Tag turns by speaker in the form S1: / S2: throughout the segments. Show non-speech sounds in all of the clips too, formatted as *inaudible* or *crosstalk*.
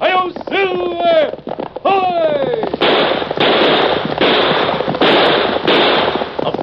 S1: Hail Silver! Hoy!
S2: A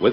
S2: With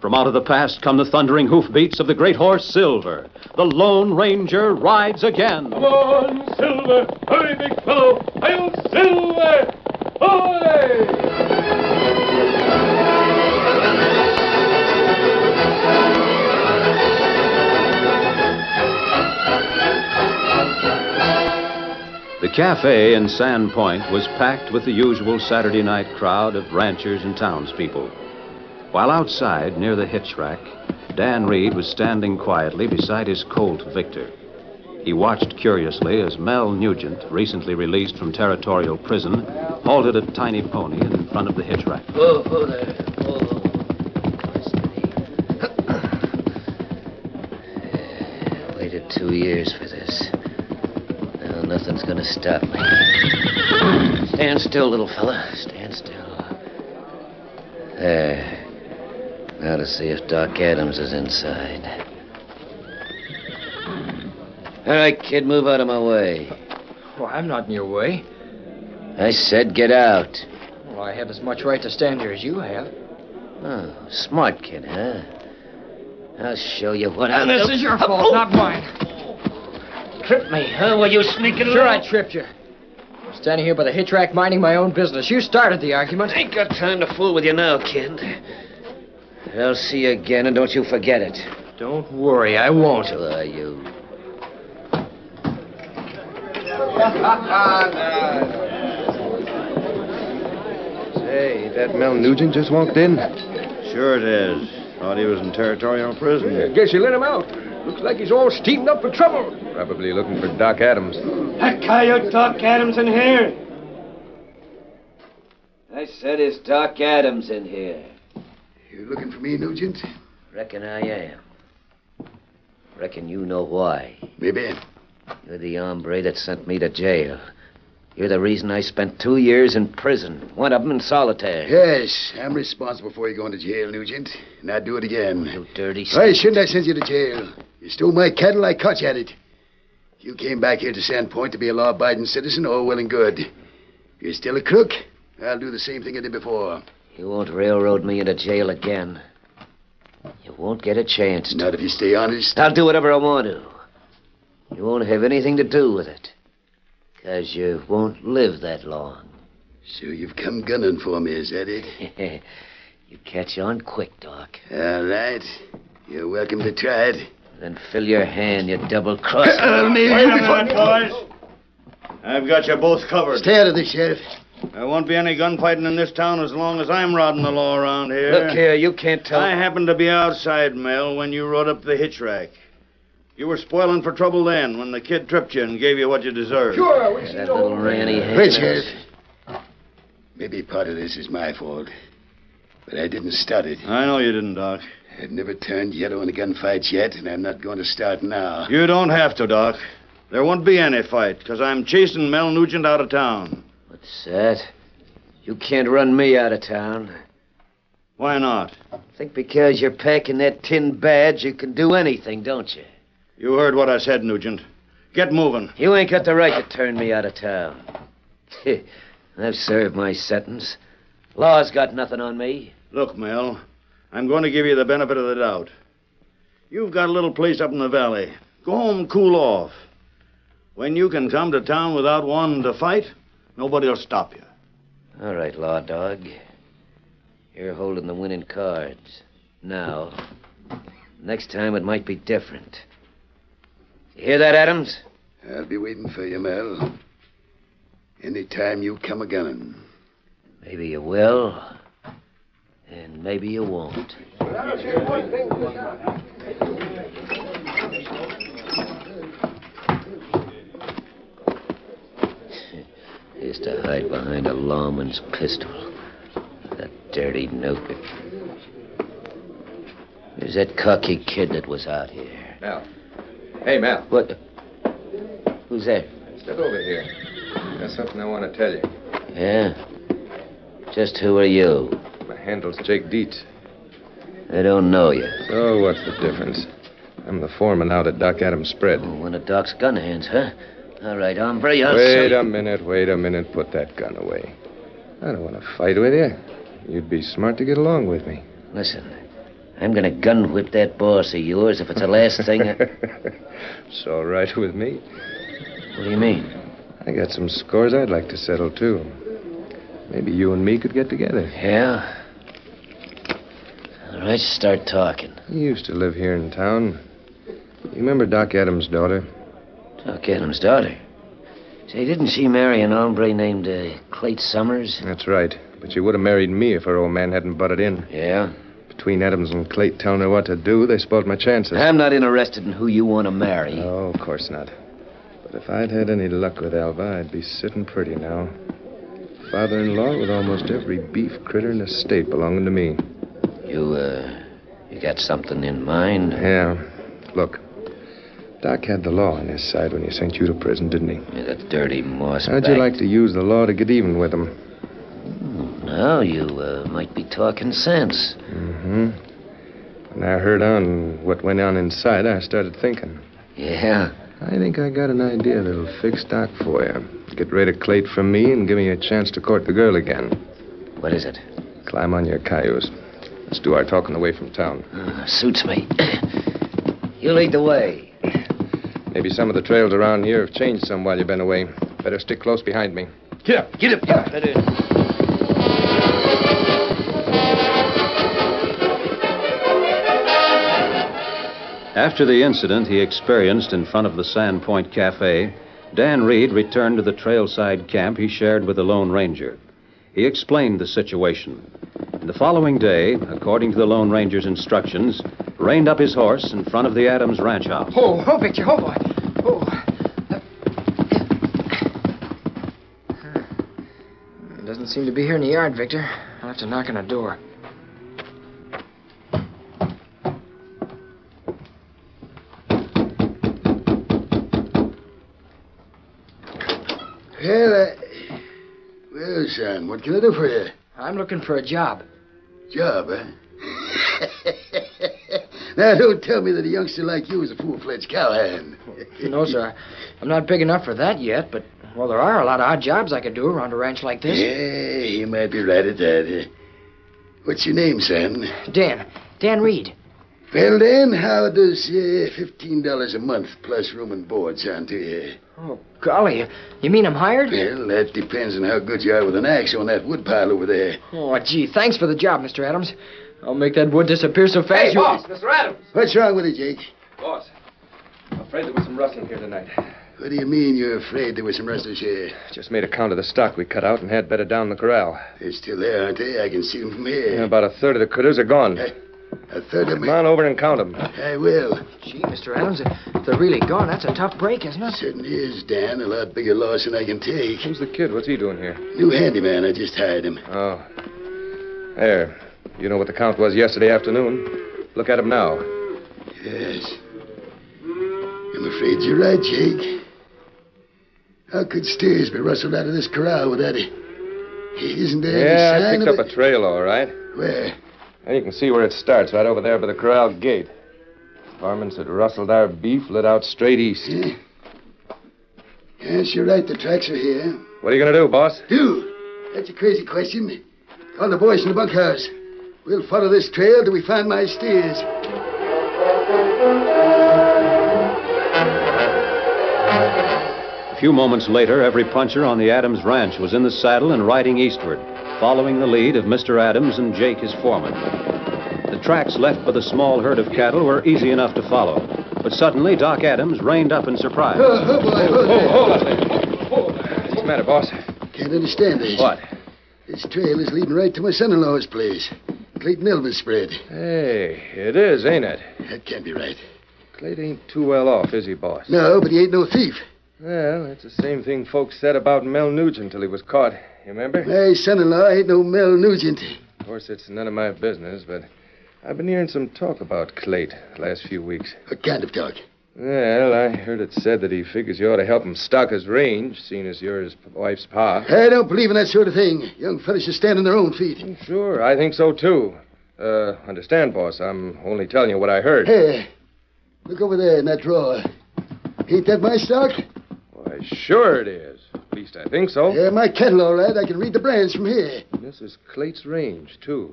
S2: From out of the past come the thundering hoofbeats of the great horse Silver. The Lone Ranger rides again.
S1: Come on, Silver! Hurry, big fellow! Hail Silver! Hoy!
S2: The cafe in Sand Point was packed with the usual Saturday night crowd of ranchers and townspeople. While outside, near the hitch rack, Dan Reed was standing quietly beside his Colt Victor. He watched curiously as Mel Nugent, recently released from territorial prison, halted a tiny pony in front of the hitch rack.
S3: Oh, oh there. Oh. *coughs* I Waited two years for this. Now nothing's gonna stop me.
S4: *coughs*
S3: Stand still, little fella. Stand still. There. Now to see if Doc Adams is inside. All right, kid, move out of my way.
S5: Well, Oh, I'm not in your way.
S3: I said get out.
S5: Well, I have as much right to stand here as you have.
S3: Oh, smart kid, huh? I'll show you what I.
S5: this is your fault, not mine.
S3: Trip me, huh? Were you sneaking?
S5: Sure, I tripped you. I'm standing here by the hitch rack minding my own business. You started the argument.
S3: Ain't got time to fool with you now, kid. I'll see you again, and don't you forget it.
S5: Don't worry, I won't.
S3: Till are you?
S6: Hey, that Mel Nugent just walked in?
S2: Sure it is. Thought he was in territorial prison.
S5: *laughs* guess you let him out. Looks like he's all steamed up for trouble.
S6: Probably looking for Doc Adams.
S1: That coyote Doc Adams in here?
S5: *laughs*
S3: I said, is Doc Adams in here?
S7: You're looking for me, Nugent?
S3: Reckon I am. Reckon you know why.
S7: Maybe.
S3: You're the hombre that sent me to jail. You're the reason I spent two years in prison. One of 'em in solitary.
S7: Yes, I'm responsible for you going to jail, Nugent. And I'd do it again.
S3: You dirty.
S7: Why shouldn't I send you to jail? You stole my cattle, I caught you at it. You came back here to Sandpoint to be a law abiding citizen, all well and good. You're still a crook. I'll do the same thing I did before.
S3: You won't railroad me into jail again. You won't get a chance to.
S7: Not if you stay honest.
S3: I'll do whatever I want to. You won't have anything to do with it. Because you won't live that long.
S7: So you've come gunning for me, is that it?
S3: *laughs* you catch on quick, Doc.
S7: All right. You're welcome to try it. Uh-uh.
S3: Then fill your hand, you double cross.
S7: I'll nail
S4: Wait
S7: you
S4: a
S7: before-
S4: minute, boys. I've got you both covered.
S7: Stay out of this, Sheriff.
S4: There won't be any gunfighting in this town as long as I'm rodding the law around here.
S3: Look here, you can't tell.
S4: I happened to be outside, Mel, when you rode up the hitch rack. You were spoiling for trouble then, when the kid tripped you and gave you what you deserved.
S1: Sure, we
S3: That little ranny hand.
S7: Wait, Sheriff. Maybe part of this is my fault. But I didn't start it.
S4: I know you didn't, Doc.
S7: I've never turned yellow in a gunfight yet, and I'm not going to start now.
S4: You don't have to, Doc. There won't be any fight, because I'm chasing Mel Nugent out of town.
S3: What's that? You can't run me out of town.
S4: Why not?
S3: Think because you're packing that tin badge, you can do anything, don't you?
S4: You heard what I said, Nugent. Get moving.
S3: You ain't got the right to turn me out of town. I've served my sentence. Law's got nothing on me.
S4: Look, Mel, I'm going to give you the benefit of the doubt. You've got a little place up in the valley. Go home, and cool off. When you can come to town without wanting to fight, nobody'll stop you.
S3: All right, Law Dog. You're holding the winning cards. Now. Next time it might be different. You hear that, Adams?
S7: I'll be waiting for you, Mel. Any time you come a gunning.
S3: Maybe you will. And maybe you won't. Used to hide behind a lawman's pistol. That dirty note. Who's that cocky kid that was out here?
S6: Mel. Hey, Mel.
S3: What? Who's that?
S6: Step over here. There's something I want to tell you.
S3: Yeah? Just who are you?
S6: My handle's Jake Dietz.
S3: I don't know you.
S6: Oh, what's the difference? I'm the foreman out at Doc Adams' spread.
S3: Oh, one of Doc's gun hands, huh? All right, hombre, I'll
S6: Wait
S3: show
S6: a minute, wait a minute. Put that gun away. I don't want to fight with you. You'd be smart to get along with me.
S3: you. Listen, I'm gonna gun whip that boss of yours if it's the last thing. I... what
S6: *laughs* it's all right with me.
S3: do you mean?
S6: I got some scores I'd like to settle, too. Maybe you and me could get together.
S3: Yeah. All right, start talking.
S6: He used to live here in town. You remember Doc Adams' daughter?
S3: Doc Adams' daughter. Say, didn't she marry an hombre named uh, Clayt Summers?
S6: That's right. But she would have married me if her old man hadn't butted in.
S3: Yeah.
S6: Between Adams and Clayt telling her what to do, they spoiled my chances.
S3: I'm not interested in *laughs* who you want to marry.
S6: No, of course not. But if I'd had any luck with Alva, I'd be sitting pretty now. Father in law with almost every beef critter in the state belonging to me.
S3: You, uh, you got something in mind?
S6: Yeah. Look, Doc had the law on his side when he sent you to prison, didn't he?
S3: Yeah, that dirty moss.
S6: How'd you like to use the law to get even with him?
S3: Now you uh, might be talking sense.
S6: Mm hmm. When I heard on what went on inside, I started thinking.
S3: Yeah.
S6: I think I got an idea that'll fix Doc for you. Get rid of Clayt from me and give me a chance to court the girl again.
S3: What is it?
S6: Climb on your cayuse. Let's do our talking away from town.
S3: Uh, suits me. you lead the way.
S6: Maybe some of the trails around here have changed some while you've been away. Better stick close behind me.
S3: Get up. Get up.
S2: After the incident he experienced in front of the Sandpoint Cafe, Dan Reed returned to the trailside camp he shared with the Lone Ranger. He explained the situation. And the following day, according to the Lone Ranger's instructions, reined up his horse in front of the Adams ranch house.
S5: Oh, oh, Victor, oh, boy. Oh. Doesn't seem to be here in the yard, Victor. I'll have to knock on a door.
S7: Well, uh, well, son, what can I do for you?
S5: I'm looking for a job.
S7: Job, huh? *laughs* now, don't tell me that a youngster like you is a full-fledged cowhand.
S5: No, sir. I'm not big enough for that yet, but, well, there are a lot of odd jobs I could do around a ranch like this.
S7: Yeah, you might be right at that. eh? What's your name, son?
S5: Dan. Dan Reed.
S7: Well, then, how does uh, $15 a month plus room and board sound to you?
S5: Oh, golly. You mean I'm hired?
S7: Well, that depends on how good you are with an axe on that wood pile over there.
S5: Oh, gee, thanks for the job, Mr. Adams. I'll make that wood disappear so fast.
S8: Hey,
S5: you-
S8: boss, Mr. Adams.
S7: What's wrong with it, Jake?
S8: Boss, I'm afraid there was some rustling here tonight.
S7: What do you mean you're afraid there was some rustlers here?
S6: Just made a count of the stock we cut out and had better down the corral.
S7: They're still there, aren't they? I can see them from
S6: Yeah,
S7: here.
S6: about a third of the critters are gone.
S7: A third of
S6: Come
S7: them.
S6: on over and count 'em.
S7: I will.
S5: Gee, Mr. Adams, if they're really gone, that's a tough break, isn't it?
S7: Certainly is, Dan. A lot bigger loss than I can take.
S6: Who's the kid? What's he doing here?
S7: New handyman, I just hired him.
S6: Oh. There. You know what the count was yesterday afternoon. Look at him now.
S7: Yes. I'm afraid you're right, Jake. How could steers be rustled out of this corral without it? Isn't there
S6: Yeah, I
S7: any sign
S6: picked
S7: of
S6: up a
S7: it?
S6: trail, all right.
S7: Where?
S6: And you can see where it starts, right over there by the corral gate. Varmints had rustled our beef, lit out straight east.
S7: Yeah. Yes, you're right. The tracks are here.
S6: What are you going to do, boss?
S7: Dude, that's a crazy question. Call the boys from the bunkhouse. We'll follow this trail till we find my steers.
S2: A few moments later, every puncher on the Adams ranch was in the saddle and riding eastward, following the lead of Mr. Adams and Jake, his foreman. The tracks left by the small herd of cattle were easy enough to follow, but suddenly Doc Adams reined up in surprise.
S7: Oh, oh, boy, oh, there.
S6: What's the matter, boss?
S7: Can't understand this.
S6: What?
S7: This trail is leading right to my son-in-law's place. Clayton Elvin spread.
S6: Hey, it is, ain't it?
S7: That can't be right.
S6: Clayton ain't too well off, is he, boss?
S7: No, but he ain't no thief.
S6: Well, it's the same thing folks said about Mel Nugent till he was caught. You remember?
S7: My son-in-law ain't no Mel Nugent.
S6: Of course, it's none of my business, but I've been hearing some talk about Clayt the last few weeks.
S7: What kind of talk?
S6: Well, I heard it said that he figures you ought to help him stock his range, seeing as you're his p- wife's pa.
S7: I don't believe in that sort of thing. Young fellas should stand on their own feet.
S6: Sure, I think so, too. Uh, understand, boss, I'm only telling you what I heard.
S7: Hey, look over there in that drawer. Ain't that my stock?
S6: Why, sure it is. At least I think so.
S7: Yeah, my kettle, all right. I can read the brands from here.
S6: This is Clayt's range, too.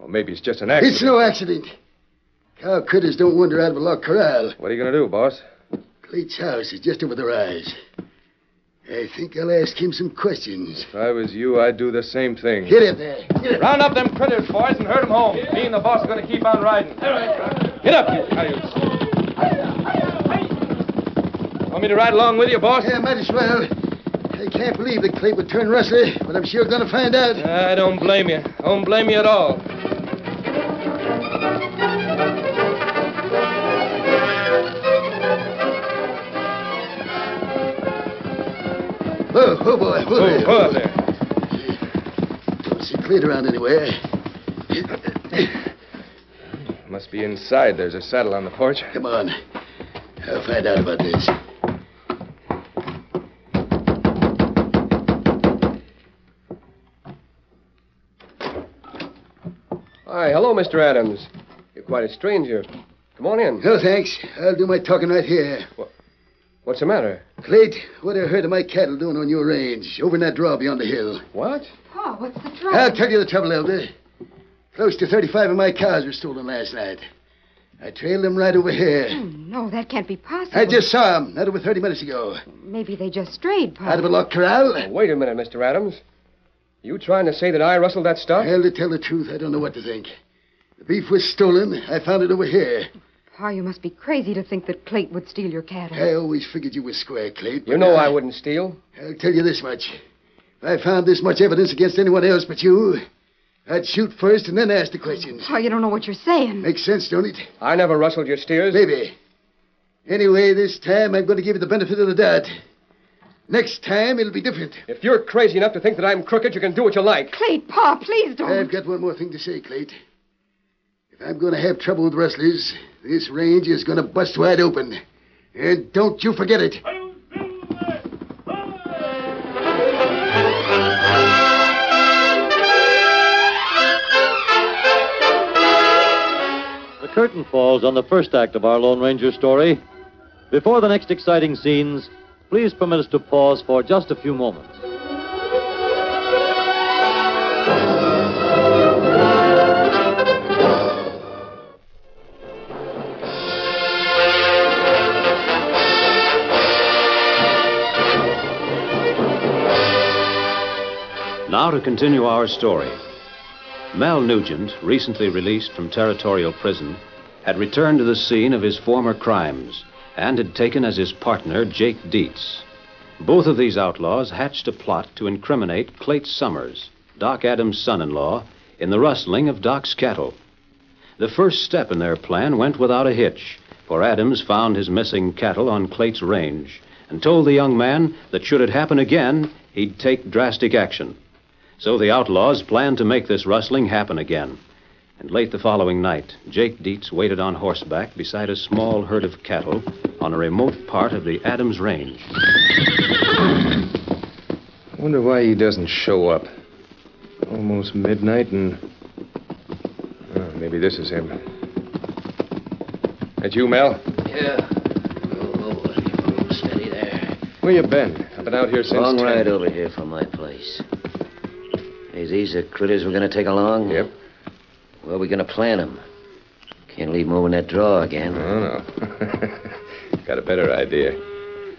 S6: Or maybe it's just an accident.
S7: It's no accident. Cow critters don't wander out of a locked corral.
S6: What are you going to do, boss?
S7: Cleet's house is just over the rise. I think I'll ask him some questions.
S6: If I was you, I'd do the same thing.
S7: Get it there. Get it.
S6: Round up them critters, boys, and herd 'em home. Me and the boss are going to keep on riding. Get up, you coyotes. Want me to ride along with you, boss?
S7: Yeah, might as well. I can't believe that Clayt would turn rustler, but I'm sure gonna find out.
S6: I don't blame you. I don't blame you at all.
S7: Whoa, oh boy, whoa
S6: Oh,
S7: there.
S6: whoa there.
S7: Don't see Clayt around anywhere.
S6: Must be inside. There's a saddle on the porch.
S7: Come on. I'll find out about this.
S8: Hi, hello, Mr. Adams. You're quite a stranger. Come on in.
S7: No, thanks. I'll do my talking right here.
S8: What's the matter?
S7: Clayt, what are a herd of my cattle doing on your range, over in that draw beyond the hill?
S8: What?
S9: Pa, what's the trouble?
S7: I'll tell you the trouble, Elder. Close to 35 of my cows were stolen last night. I trailed them right over here.
S9: *clears throat* No, that can't be possible.
S7: I just saw them, not over 30 minutes ago.
S9: Maybe they just strayed, Pa.
S7: Out of a locked corral.
S8: Wait a minute, Mr. Adams. You trying to say that I rustled that stuff?
S7: Well, to tell the truth, I don't know what to think. The beef was stolen. I found it over here.
S9: Pa, you must be crazy to think that Clayt would steal your cattle.
S7: I always figured you were square, Clayt.
S8: You know I wouldn't steal.
S7: I'll tell you this much. If I found this much evidence against anyone else but you, I'd shoot first and then ask the questions.
S9: Pa, you don't know what you're saying.
S7: Makes sense, don't it?
S8: I never rustled your steers.
S7: Maybe. Anyway, this time I'm going to give you the benefit of the doubt. Next time it'll be different.
S8: If you're crazy enough to think that I'm crooked, you can do what you like.
S9: Clayt, Pa, please
S7: I've
S9: don't.
S7: got one more thing to say, Clayt. If I'm going to have trouble with rustlers, this range is going to bust wide open. And don't you forget it.
S1: Hail Silver! Hooray!
S10: The curtain falls on the first act of our Lone Ranger story. Before the next exciting scenes, please permit us to pause for just a few moments.
S2: Now to continue our story. Mel Nugent, recently released from territorial prison, had returned to the scene of his former crimes and had taken as his partner Jake Dietz. Both of these outlaws hatched a plot to incriminate Clayt Summers, Doc Adams' son in law, in the rustling of Doc's cattle. The first step in their plan went without a hitch, for Adams found his missing cattle on Clayt's range and told the young man that should it happen again, he'd take drastic action. So the outlaws planned to make this rustling happen again. And late the following night, Jake Dietz waited on horseback beside a small herd of cattle on a remote part of the Adams Range.
S6: Wonder why he doesn't show up. Almost midnight and. Oh, maybe this is him. That you, Mel?
S3: Yeah. Oh, steady there.
S6: Where you been? I've been out here since.
S3: Long
S6: 10.
S3: ride over here from my place. Hey, these are critters we're going to take along? Yep. Where are we going to plant 'em? Can't leave 'em over in that drawer again.
S6: No, Got a better idea.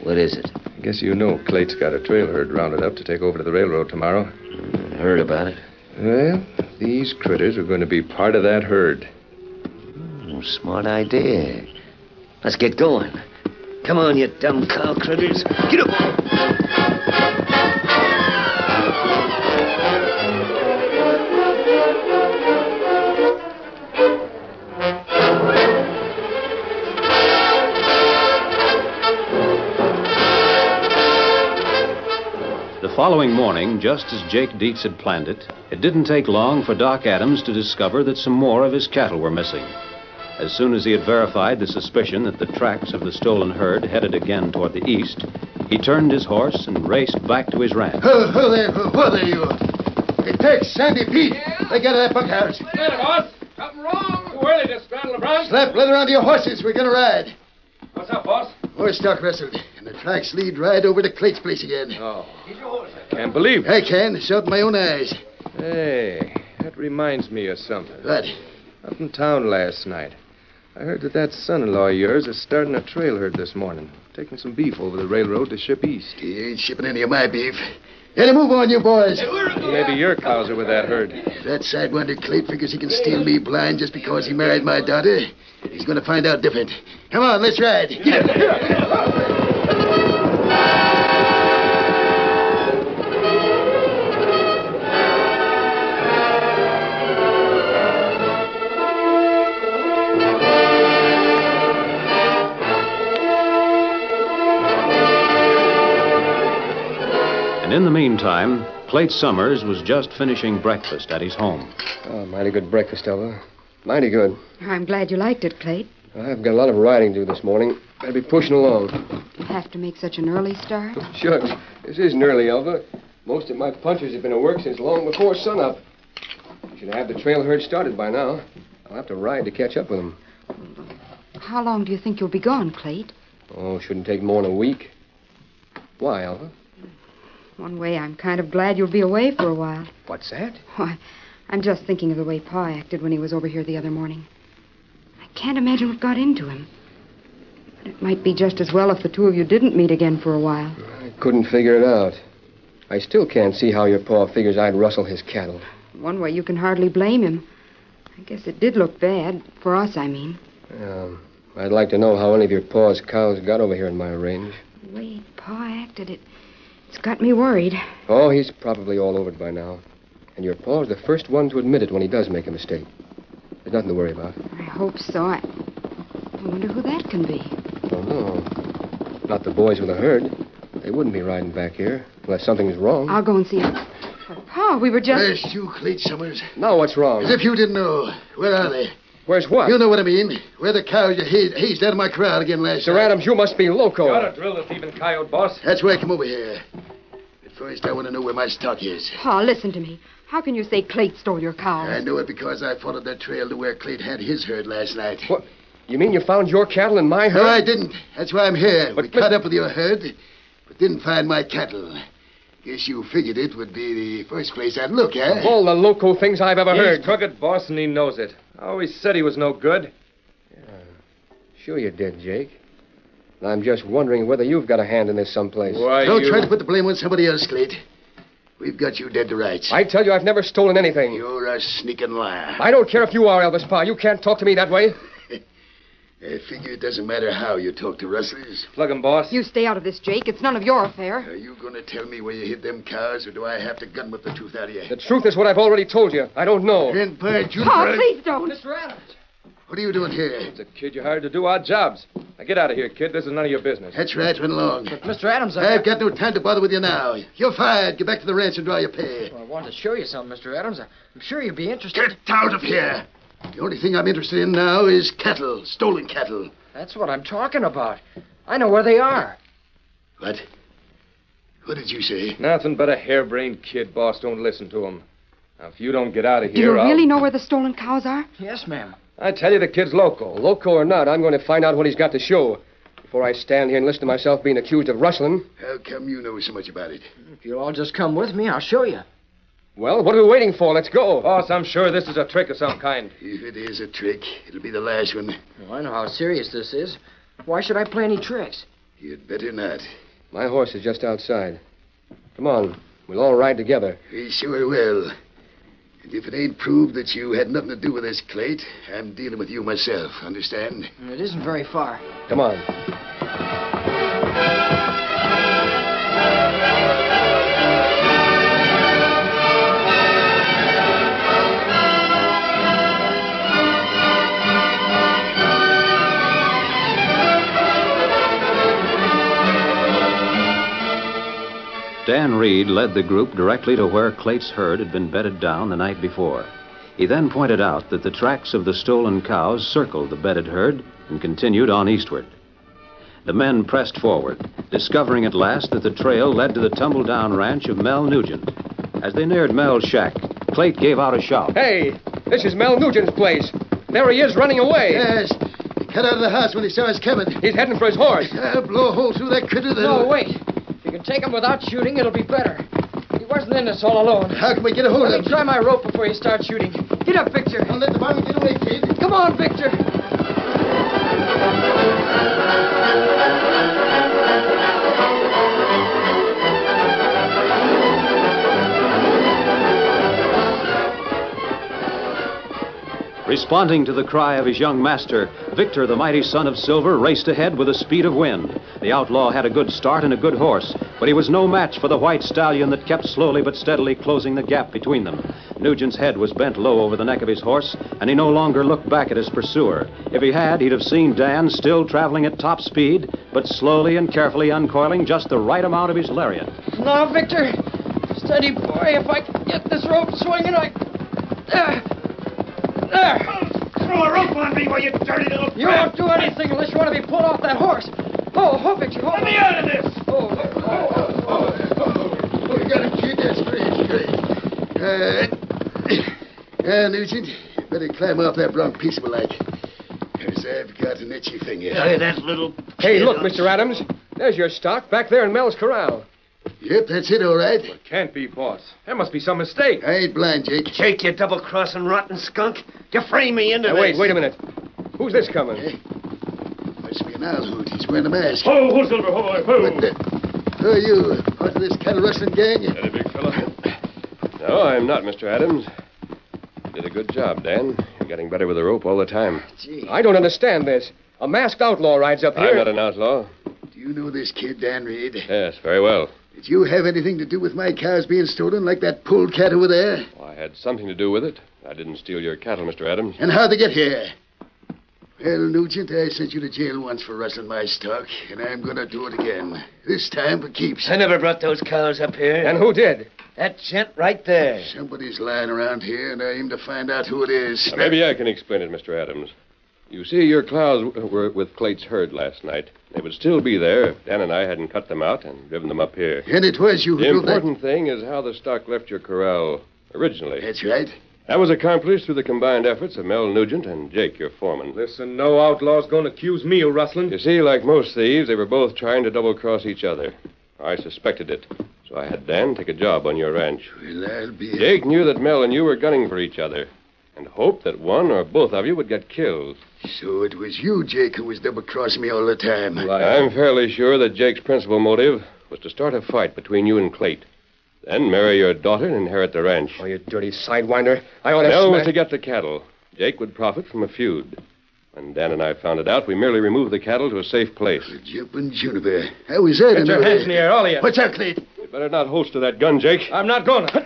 S3: What is it?
S6: I guess you know Clayt's got a trail herd rounded up to take over to the railroad tomorrow.
S3: Mm, heard about it.
S6: Well, these critters are going to be part of that herd.
S3: Mm, smart idea. Let's get going. Come on, you dumb cow critters. Get up!
S2: The following morning, just as Jake Dietz had planned it, it didn't take long for Doc Adams to discover that some more of his cattle were missing. As soon as he had verified the suspicion that the tracks of the stolen herd headed again toward the east, he turned his horse and raced back to his ranch.
S7: Ho, ho there, ho, ho there you are. Hey, Tex, Sandy, Pete. They get out of that bunkhouse.
S1: Later, boss. Something wrong. Too early to straddle around.
S7: Slap, let her onto your horses. We're going to ride.
S1: What's up, boss?
S7: Horse stock wrestled, and the tracks lead right over to Clayt's place again.
S6: Oh.
S1: He's your horse.
S6: Can't believe
S7: I can. Saw it with my own eyes.
S6: Hey, that reminds me of something.
S7: What?
S6: Up in town last night. I heard that that son-in-law of yours is starting a trail herd this morning, taking some beef over the railroad to ship east.
S7: He ain't shipping any of my beef. Any move on, you boys.
S6: Maybe your cows are with that herd.
S7: That sidewinder Clayt figures he can steal me blind just because he married my daughter. He's going to find out different. Come on, let's ride. Get up.
S2: And in the meantime, Plate Summers was just finishing breakfast at his home.
S8: Oh, mighty good breakfast, Elva. Mighty good.
S9: I'm glad you liked it, Clayt.
S8: I've got a lot of riding to do this morning. Better be pushing along.
S9: You have to make such an early start.
S8: Shucks, this isn't early, Elva. Most of my punchers have been at work since long before sunup. You should have the trail herd started by now. I'll have to ride to catch up with them.
S9: How long do you think you'll be gone, Clayt?
S8: Oh, shouldn't take more than a week. Why, Elva?
S9: One way, I'm kind of glad you'll be away for a while.
S8: What's that?
S9: Why, I'm just thinking of the way Pa acted when he was over here the other morning. I can't imagine what got into him. But it might be just as well if the two of you didn't meet again for a while.
S8: I couldn't figure it out. I still can't see how your paw figures I'd rustle his cattle.
S9: One way, you can hardly blame him. I guess it did look bad. For us, I mean.
S8: Um, I'd like to know how any of your paw's cows got over here in my range.
S9: The way Pa acted, it, it's got me worried.
S8: Oh, he's probably all over it by now. And your paw's the first one to admit it when he does make a mistake. There's nothing to worry about.
S9: I hope so. I, I wonder who that can be.
S8: Oh, no. Not the boys with the herd. They wouldn't be riding back here unless something's wrong.
S9: I'll go and see him. But, Pa, we were just.
S7: Bless you, Clayt Summers.
S8: Now what's wrong?
S7: As if you didn't know. Where are they?
S8: Where's what?
S7: You know what I mean. Where the cows you hazed, hazed out of my corral again last
S8: Sir
S7: night.
S8: Adams, you must be loco.
S7: Got
S1: to drill the thieving coyote, boss.
S7: That's why I come over here. But first, I want to know where my stock is.
S9: Pa, listen to me. How can you say Clayt stole your cows?
S7: I know it because I followed that trail to where Clayt had his herd last night.
S8: What? You mean you found your cattle in my herd?
S7: No, I didn't. That's why I'm here.
S8: But-
S7: we
S8: but-
S7: caught up with your herd, but didn't find my cattle. Guess you figured it would be the first place I'd look, eh?
S8: Of all the loco things I've ever heard.
S11: He's crooked, boss, and he knows it. I always said he was no good.
S8: Sure you did, Jake. And I'm just wondering whether you've got a hand in this someplace.
S7: Don't try to put the blame on somebody else, Clayt. We've got you dead to rights.
S8: I tell you, I've never stolen anything.
S7: You're a sneaking liar.
S8: I don't care if you are Elvis Pa. You can't talk to me that way.
S7: I figure it doesn't matter how you talk to rustlers.
S8: Plug 'em, boss.
S9: You stay out of this, Jake. It's none of your affair.
S7: Are you going to tell me where you hid them cows, or do I have to gun with the tooth out of you?
S8: The truth is what I've already told you. I don't know.
S7: Then, Bud, you...
S9: Pa, please don't.
S6: Mr. Adams.
S7: What are you doing here?
S6: It's a kid you hired to do odd jobs. Now get out of here, kid. This is none of your business.
S7: That's right, run along.
S5: But, Mr. Adams, I...
S7: I've got no time to bother with you now. You're fired. Get back to the ranch and draw your pay.
S5: I wanted to show you something, Mr. Adams. I'm sure you'd be interested.
S7: Get out of here. The only thing I'm interested in now is cattle, stolen cattle.
S5: That's what I'm talking about. I know where they are.
S7: What? What did you say?
S6: Nothing but a harebrained kid, boss. Don't listen to him. Now, if you don't get out of
S9: Do
S6: here,
S9: you
S6: I'll...
S9: really know where the stolen cows are?
S5: Yes, ma'am.
S8: I tell you, the kid's loco. Loco or not, I'm going to find out what he's got to show before I stand here and listen to myself being accused of rustling.
S7: How come you know so much about it?
S5: If you'll all just come with me, I'll show you.
S8: Well, what are we waiting for? Let's go.
S6: Boss, I'm sure this is a trick of some kind.
S7: If it is a trick, it'll be the last one.
S5: Well, I know how serious this is. Why should I play any tricks?
S7: You'd better not.
S8: My horse is just outside. Come on. We'll all ride together.
S7: We Eh, sure will. And if it ain't proved that you had nothing to do with this, Clayt, I'm dealing with you myself. Understand?
S5: It isn't very far.
S8: Come on.
S2: Dan Reed led the group directly to where Clate's herd had been bedded down the night before. He then pointed out that the tracks of the stolen cows circled the bedded herd and continued on eastward. The men pressed forward, discovering at last that the trail led to the tumble down ranch of Mel Nugent. As they neared Mel's shack, Clate gave out a shout.
S8: Hey, this is Mel Nugent's place. There he is, running away.
S7: Yes. He cut out of the house when he saw us coming.
S8: He's heading for his horse.
S7: I'll blow a hole through that critter then.
S5: No, wait. If you can take him without shooting, it'll be better. He wasn't in this all alone.
S7: How can we get a hold of
S5: Let me
S7: him?
S5: try my rope before you start shooting. Get up, Victor.
S7: Don't let the varmint get away, kid.
S5: Come on, Victor.
S2: Responding to the cry of his young master, Victor, the mighty son of silver, raced ahead with the speed of wind. The outlaw had a good start and a good horse, but he was no match for the white stallion that kept slowly but steadily closing the gap between them. Nugent's head was bent low over the neck of his horse, and he no longer looked back at his pursuer. If he had, he'd have seen Dan still traveling at top speed, but slowly and carefully uncoiling just the right amount of his lariat.
S5: Now, Victor. Steady, boy. If I can get this rope swinging, I. There. There.
S1: Throw a rope on me, you dirty little
S5: You won't do anything unless you want to be pulled off that horse. Oh, oh, Victor. Oh.
S1: Let me out of this!
S7: Oh, you gotta keep that straight, straight. Uh, *coughs* uh, Nugent, you better climb off that bronc peaceable like. Because I've got an itchy finger.
S1: that little.
S8: Hey, look, Mr. Adams. There's your stock back there in Mel's corral.
S7: Yep, that's it, all right.
S6: Can't be, boss. There must be some mistake.
S7: I ain't blind, Jake.
S1: Jake, you double crossing rotten skunk. You frame me into
S8: Now, wait, wait a minute. Who's this coming?
S7: Must be an owl hoot. He's wearing a mask.
S1: Ho, ho, Silver, ho, boy, ho!
S7: What the? Who are you? Part of this cattle rustling gang?
S6: That big fellow.
S12: No, I'm not, Mr. Adams. You did a good job, Dan. You're getting better with the rope all the time.
S7: Gee,
S8: I don't understand this. A masked outlaw rides up here.
S12: I'm not an outlaw.
S7: do you know this kid, Dan Reed?
S12: Yes, very well.
S7: Did you have anything to do with my cows being stolen like that pulled cat over there?
S12: Well, Oh, I had something to do with it. I didn't steal your cattle, Mr. Adams.
S7: And how'd they get here? Well, Nugent, I sent you to jail once for rustling my stock, and I'm gonna do it again. This time for keeps.
S4: I never brought those cows up here.
S8: And who did?
S4: That gent right there.
S7: Somebody's lying around here, and I aim to find out who it is.
S12: Now, maybe I can explain it, Mr. Adams. You see, your cows w- were with Clate's herd last night. They would still be there if Dan and I hadn't cut them out and driven them up here.
S7: And it was you who
S12: The
S7: drove that.
S12: important thing is how the stock left your corral originally.
S7: That's right.
S12: That was accomplished through the combined efforts of Mel Nugent and Jake, your foreman.
S6: Listen, no outlaw's going to accuse me of rustling.
S12: You see, like most thieves, they were both trying to double cross each other. I suspected it, so I had Dan take a job on your ranch.
S7: Well, I'll be.
S12: Jake knew that Mel and you were gunning for each other and hoped that one or both of you would get killed.
S7: So it was you, Jake, who was double crossing me all the time.
S12: I'm fairly sure that Jake's principal motive was to start a fight between you and Clayt. Then marry your daughter and inherit the ranch.
S8: Oh, you dirty sidewinder. I ought to
S12: Nell was
S8: sma-
S12: to get the cattle. Jake would profit from a feud. When Dan and I found it out, we merely removed the cattle to a safe place.
S7: Jumping Juniper. How is that?
S12: Get your
S7: another-
S12: hands in the air, all of you.
S7: What's up, Clint?
S12: You'd better not holster that gun, Jake. I'm not going to.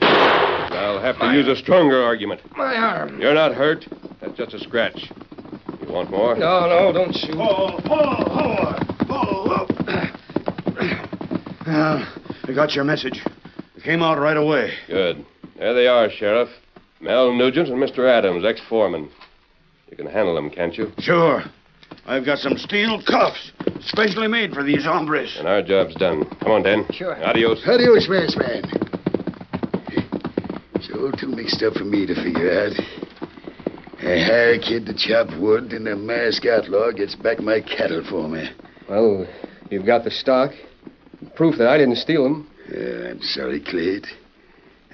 S12: I'll have to use a stronger argument.
S11: My arm.
S12: You're not hurt. That's just a scratch. You want more?
S11: No, no, don't shoot.
S4: Oh, oh, oh, oh. I got your message. It came out right away.
S12: Good. There they are, Sheriff. Mel Nugent and Mr. Adams, ex foreman. You can handle them, can't you?
S4: Sure. I've got some steel cuffs, specially made for these hombres.
S12: And our job's done. Come on, Dan. Sure. Adios.
S7: Adios, masked man. It's all too mixed up for me to figure out. I hire a kid to chop wood, and a masked outlaw gets back my cattle for me.
S8: Well, you've got the stock. Proof that I didn't steal them.
S7: Yeah, I'm sorry, Clyde.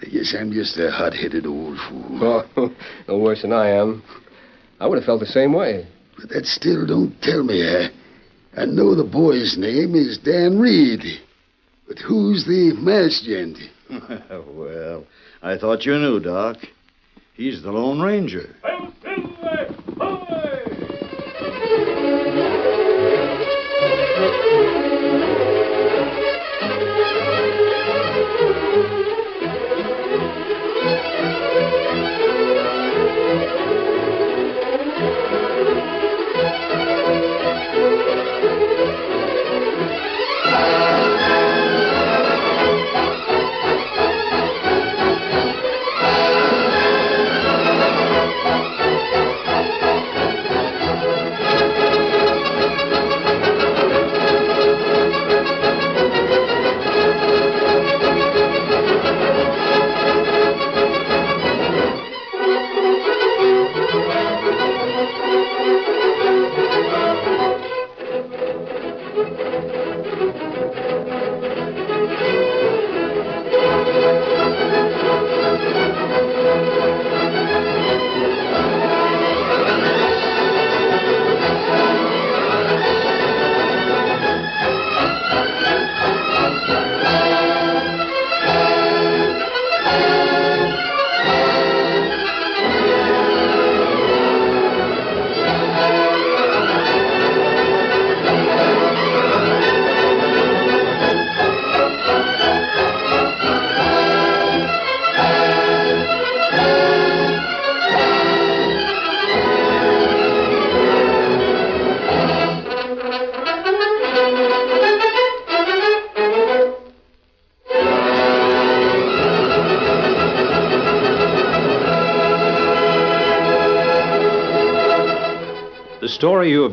S7: I guess I'm just a hot-headed old
S8: *laughs*
S7: fool.
S8: Oh, no worse than I am. I would have felt the same way.
S7: But that still don't tell me. I, I know the boy's name is Dan Reed. But who's the masked gent?
S4: *laughs* well, I thought you knew, Doc. He's the Lone Ranger.
S2: The story you have